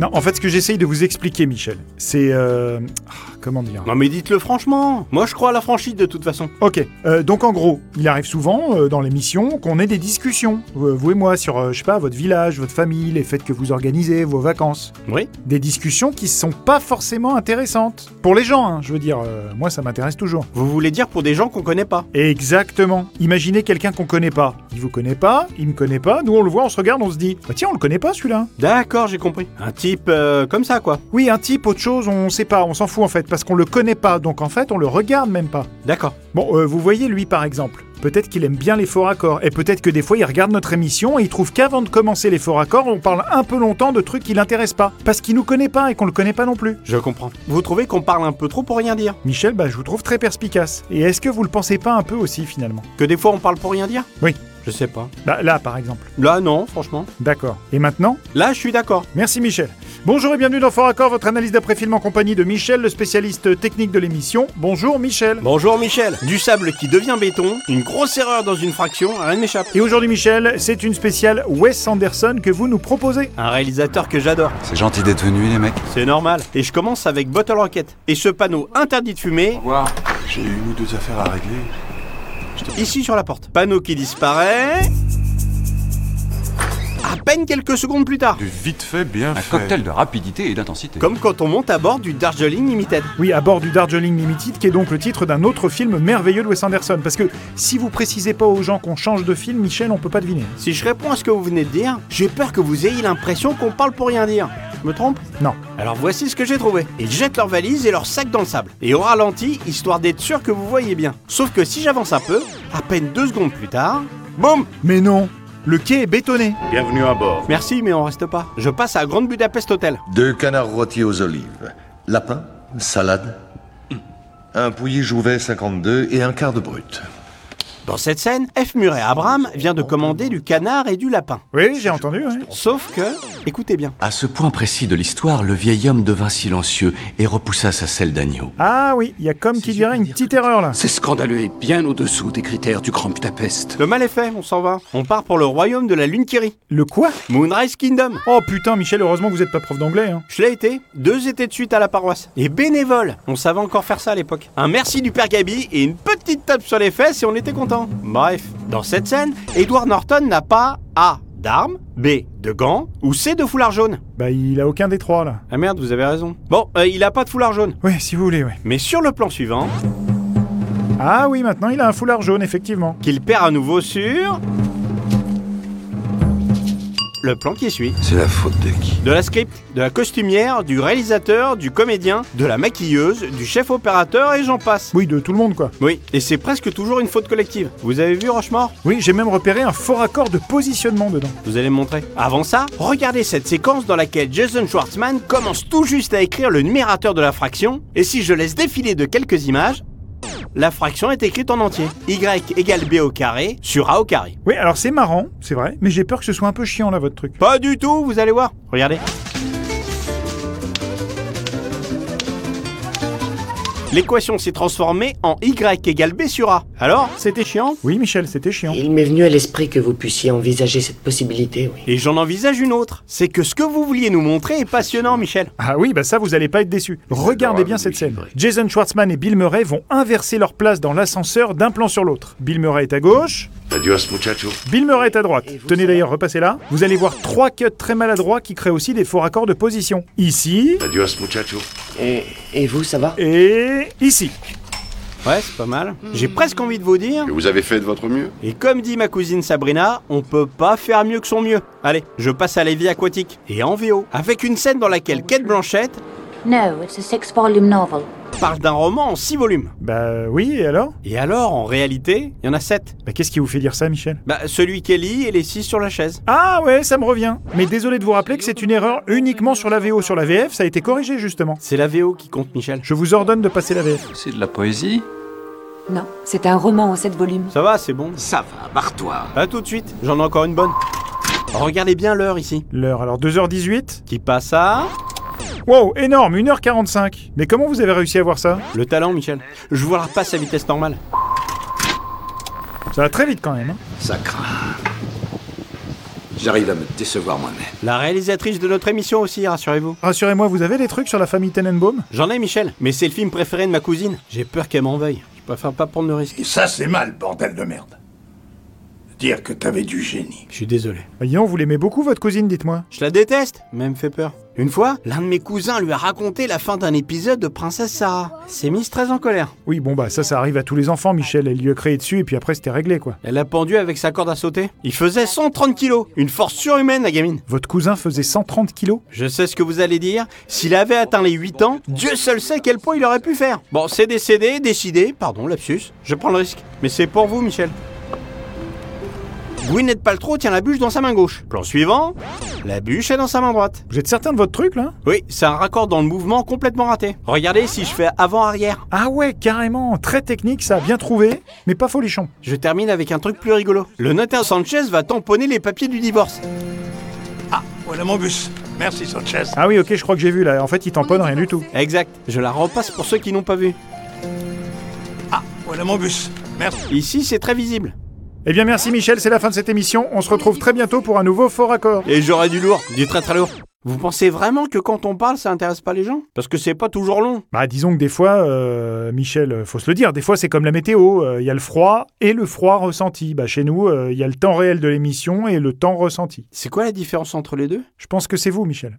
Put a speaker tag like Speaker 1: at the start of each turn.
Speaker 1: Non, en fait, ce que j'essaye de vous expliquer, Michel, c'est... euh, ah, Comment dire
Speaker 2: Non mais dites-le franchement. Moi je crois à la franchise de toute façon.
Speaker 1: Ok, euh, donc en gros, il arrive souvent euh, dans l'émission qu'on ait des discussions, euh, vous et moi, sur, euh, je sais pas, votre village, votre famille, les fêtes que vous organisez, vos vacances.
Speaker 2: Oui.
Speaker 1: Des discussions qui sont pas forcément intéressantes. Pour les gens, hein, je veux dire, euh, moi ça m'intéresse toujours.
Speaker 2: Vous voulez dire pour des gens qu'on connaît pas
Speaker 1: Exactement. Imaginez quelqu'un qu'on connaît pas. Il vous connaît pas, il me connaît pas, nous on le voit, on se regarde, on se dit, bah tiens, on le connaît pas celui-là.
Speaker 2: D'accord, j'ai compris. Un type euh, comme ça quoi.
Speaker 1: Oui, un type, autre chose, on sait pas, on s'en fout en fait, parce qu'on le connaît pas, donc en fait on le regarde même pas.
Speaker 2: D'accord.
Speaker 1: Bon, euh, vous voyez lui par exemple, peut-être qu'il aime bien les faux raccords, et peut-être que des fois il regarde notre émission et il trouve qu'avant de commencer les faux raccords, on parle un peu longtemps de trucs qui l'intéressent pas, parce qu'il nous connaît pas et qu'on le connaît pas non plus.
Speaker 2: Je comprends. Vous trouvez qu'on parle un peu trop pour rien dire
Speaker 1: Michel, bah je vous trouve très perspicace. Et est-ce que vous le pensez pas un peu aussi finalement
Speaker 2: Que des fois on parle pour rien dire
Speaker 1: Oui.
Speaker 2: Je sais pas.
Speaker 1: Bah là par exemple.
Speaker 2: Là non, franchement.
Speaker 1: D'accord. Et maintenant
Speaker 2: Là je suis d'accord.
Speaker 1: Merci Michel. Bonjour et bienvenue dans Fort Accord, votre analyse d'après-film en compagnie de Michel, le spécialiste technique de l'émission. Bonjour Michel.
Speaker 2: Bonjour Michel. Du sable qui devient béton, une grosse erreur dans une fraction, rien ne m'échappe.
Speaker 1: Et aujourd'hui Michel, c'est une spéciale Wes Anderson que vous nous proposez.
Speaker 2: Un réalisateur que j'adore.
Speaker 3: C'est gentil d'être venu, les mecs.
Speaker 2: C'est normal. Et je commence avec Bottle Rocket. Et ce panneau interdit de fumer,
Speaker 3: J'ai une ou deux affaires à régler.
Speaker 2: ici sur la porte. Panneau qui disparaît. À peine quelques secondes plus tard.
Speaker 4: Du vite fait, bien
Speaker 3: Un
Speaker 4: fait.
Speaker 3: cocktail de rapidité et d'intensité.
Speaker 2: Comme quand on monte à bord du Darjeeling Limited.
Speaker 1: Oui, à bord du Darjeeling Limited, qui est donc le titre d'un autre film merveilleux de Wes Anderson. Parce que si vous précisez pas aux gens qu'on change de film, Michel, on peut pas deviner.
Speaker 2: Si je réponds à ce que vous venez de dire, j'ai peur que vous ayez l'impression qu'on parle pour rien dire. Je me trompe
Speaker 1: Non.
Speaker 2: Alors voici ce que j'ai trouvé. Ils jettent leurs valises et leurs sacs dans le sable. Et au ralenti, histoire d'être sûr que vous voyez bien. Sauf que si j'avance un peu, à peine deux secondes plus tard, boum
Speaker 1: Mais non Le quai est bétonné.
Speaker 5: Bienvenue à bord.
Speaker 2: Merci, mais on reste pas. Je passe à Grande Budapest Hotel.
Speaker 6: Deux canards rôtis aux olives, lapin, salade, un pouilly Jouvet 52 et un quart de brut.
Speaker 2: Dans cette scène, F. Murray Abraham vient de commander du canard et du lapin.
Speaker 1: Oui, j'ai entendu. ouais.
Speaker 2: Sauf que, écoutez bien,
Speaker 7: À ce point précis de l'histoire, le vieil homme devint silencieux et repoussa sa selle d'agneau.
Speaker 1: Ah oui, il y a comme qui dirait une petite erreur là.
Speaker 7: C'est scandaleux et bien au-dessous des critères du Grand Budapest.
Speaker 2: le mal est fait, on s'en va. On part pour le royaume de la Lune qui rit.
Speaker 1: Le quoi
Speaker 2: Moonrise Kingdom.
Speaker 1: Oh putain, Michel, heureusement que vous êtes pas prof d'anglais. Hein.
Speaker 2: Je l'ai été, deux étés de suite à la paroisse. Et bénévole, on savait encore faire ça à l'époque. Un merci du père Gabi et une petite tape sur les fesses et on était content. Bref, dans cette scène, Edward Norton n'a pas A d'armes, B de gants ou C de foulard jaune.
Speaker 1: Bah, il a aucun des trois là.
Speaker 2: Ah merde, vous avez raison. Bon, euh, il a pas de foulard jaune.
Speaker 1: Ouais, si vous voulez, ouais.
Speaker 2: Mais sur le plan suivant,
Speaker 1: Ah oui, maintenant il a un foulard jaune, effectivement.
Speaker 2: qu'il perd à nouveau sur... Le plan qui suit.
Speaker 3: C'est la faute de qui
Speaker 2: De la script, de la costumière, du réalisateur, du comédien, de la maquilleuse, du chef opérateur et j'en passe.
Speaker 1: Oui, de tout le monde quoi.
Speaker 2: Oui, et c'est presque toujours une faute collective. Vous avez vu Rochemort
Speaker 1: Oui, j'ai même repéré un fort accord de positionnement dedans.
Speaker 2: Vous allez me montrer. Avant ça, regardez cette séquence dans laquelle Jason Schwartzman commence tout juste à écrire le numérateur de la fraction, et si je laisse défiler de quelques images, la fraction est écrite en entier. Y égale B au carré sur A au carré.
Speaker 1: Oui, alors c'est marrant, c'est vrai, mais j'ai peur que ce soit un peu chiant là votre truc.
Speaker 2: Pas du tout, vous allez voir. Regardez. L'équation s'est transformée en Y égale B sur A. Alors, c'était chiant
Speaker 1: Oui, Michel, c'était chiant.
Speaker 8: Il m'est venu à l'esprit que vous puissiez envisager cette possibilité, oui.
Speaker 2: Et j'en envisage une autre. C'est que ce que vous vouliez nous montrer est passionnant, Michel.
Speaker 1: Ah oui, bah ça, vous allez pas être déçus. Regardez bien cette scène. Jason Schwartzman et Bill Murray vont inverser leur place dans l'ascenseur d'un plan sur l'autre. Bill Murray est à gauche,
Speaker 6: Adios, muchacho.
Speaker 1: Bill Murray est à droite. Tenez d'ailleurs, repassez là. Vous allez voir trois cuts très maladroits qui créent aussi des faux raccords de position. Ici,
Speaker 6: Adios, muchacho.
Speaker 8: Et, et vous, ça va
Speaker 1: et ici.
Speaker 2: Ouais, c'est pas mal. J'ai presque envie de vous dire,
Speaker 6: Et vous avez fait de votre mieux
Speaker 2: et comme dit ma cousine Sabrina, on peut pas faire mieux que son mieux. Allez, je passe à la vie aquatique, et en VO, avec une scène dans laquelle Kate Blanchette
Speaker 9: No, it's a six volume novel.
Speaker 2: parle d'un roman en 6 volumes.
Speaker 1: Bah oui, et alors
Speaker 2: Et alors, en réalité, il y en a 7.
Speaker 1: Bah qu'est-ce qui vous fait dire ça, Michel
Speaker 2: Bah, celui qu'elle lit et les 6 sur la chaise.
Speaker 1: Ah ouais, ça me revient. Mais désolé de vous rappeler que c'est une erreur uniquement sur la VO. Sur la VF, ça a été corrigé justement.
Speaker 2: C'est la VO qui compte, Michel.
Speaker 1: Je vous ordonne de passer la VF.
Speaker 3: C'est de la poésie
Speaker 10: Non, c'est un roman en 7 volumes.
Speaker 2: Ça va, c'est bon.
Speaker 7: Ça va, barre-toi.
Speaker 2: À tout de suite, j'en ai encore une bonne. Regardez bien l'heure ici,
Speaker 1: L'heure, alors 2h18.
Speaker 2: qui passe à...
Speaker 1: Wow, énorme, 1h45. Mais comment vous avez réussi à voir ça
Speaker 2: Le talent, Michel. Je vous la repasse à vitesse normale.
Speaker 1: Ça va très vite quand même. hein.
Speaker 7: Ça craint.
Speaker 4: J'arrive à me décevoir moi-même.
Speaker 2: La réalisatrice de notre émission aussi, rassurez-vous.
Speaker 1: Rassurez-moi, vous avez des trucs sur la famille Tenenbaum
Speaker 2: J'en ai, Michel, mais c'est le film préféré de ma cousine. J'ai peur qu'elle m'en veuille. Je préfère pas prendre le risque.
Speaker 4: Et ça, c'est mal, bordel de merde. Dire que t'avais du génie.
Speaker 2: Je suis désolé.
Speaker 1: Voyons, vous l'aimez beaucoup, votre cousine, dites-moi.
Speaker 2: Je la déteste, mais elle me fait peur. Une fois, l'un de mes cousins lui a raconté la fin d'un épisode de Princesse Sarah. Elle s'est mise très en colère.
Speaker 1: Oui, bon, bah ça, ça arrive à tous les enfants, Michel. Elle lui a créé dessus et puis après, c'était réglé, quoi.
Speaker 2: Elle l'a pendu avec sa corde à sauter. Il faisait 130 kilos. Une force surhumaine, la gamine.
Speaker 1: Votre cousin faisait 130 kilos
Speaker 2: Je sais ce que vous allez dire. S'il avait atteint les 8 ans, Dieu seul sait quel poids il aurait pu faire. Bon, c'est décédé, décidé, pardon, lapsus. Je prends le risque. Mais c'est pour vous, Michel. Gwyneth Paltrow tient la bûche dans sa main gauche. Plan suivant, la bûche est dans sa main droite.
Speaker 1: Vous êtes certain de votre truc, là
Speaker 2: Oui, c'est un raccord dans le mouvement complètement raté. Regardez si je fais avant-arrière.
Speaker 1: Ah ouais, carrément. Très technique, ça. Bien trouvé, mais pas folichon.
Speaker 2: Je termine avec un truc plus rigolo. Le notaire Sanchez va tamponner les papiers du divorce.
Speaker 4: Voilà mon bus. Merci, Sanchez.
Speaker 1: Ah oui, ok, je crois que j'ai vu, là. En fait, il tamponne rien du tout.
Speaker 2: Exact, je la repasse pour ceux qui n'ont pas vu.
Speaker 4: Voilà mon bus. Merci.
Speaker 2: Ici, c'est très visible.
Speaker 1: Eh bien, merci, Michel. C'est la fin de cette émission. On se retrouve très bientôt pour un nouveau Fort Accord.
Speaker 2: Et j'aurai du lourd, du très très lourd. Vous pensez vraiment que quand on parle, ça intéresse pas les gens Parce que c'est pas toujours long.
Speaker 1: Bah, disons que des fois, euh, Michel, euh, faut se le dire, des fois c'est comme la météo, euh, il y a le froid et le froid ressenti. Bah, chez nous, euh, il y a le temps réel de l'émission et le temps ressenti.
Speaker 2: C'est quoi la différence entre les deux
Speaker 1: Je pense que c'est vous, Michel.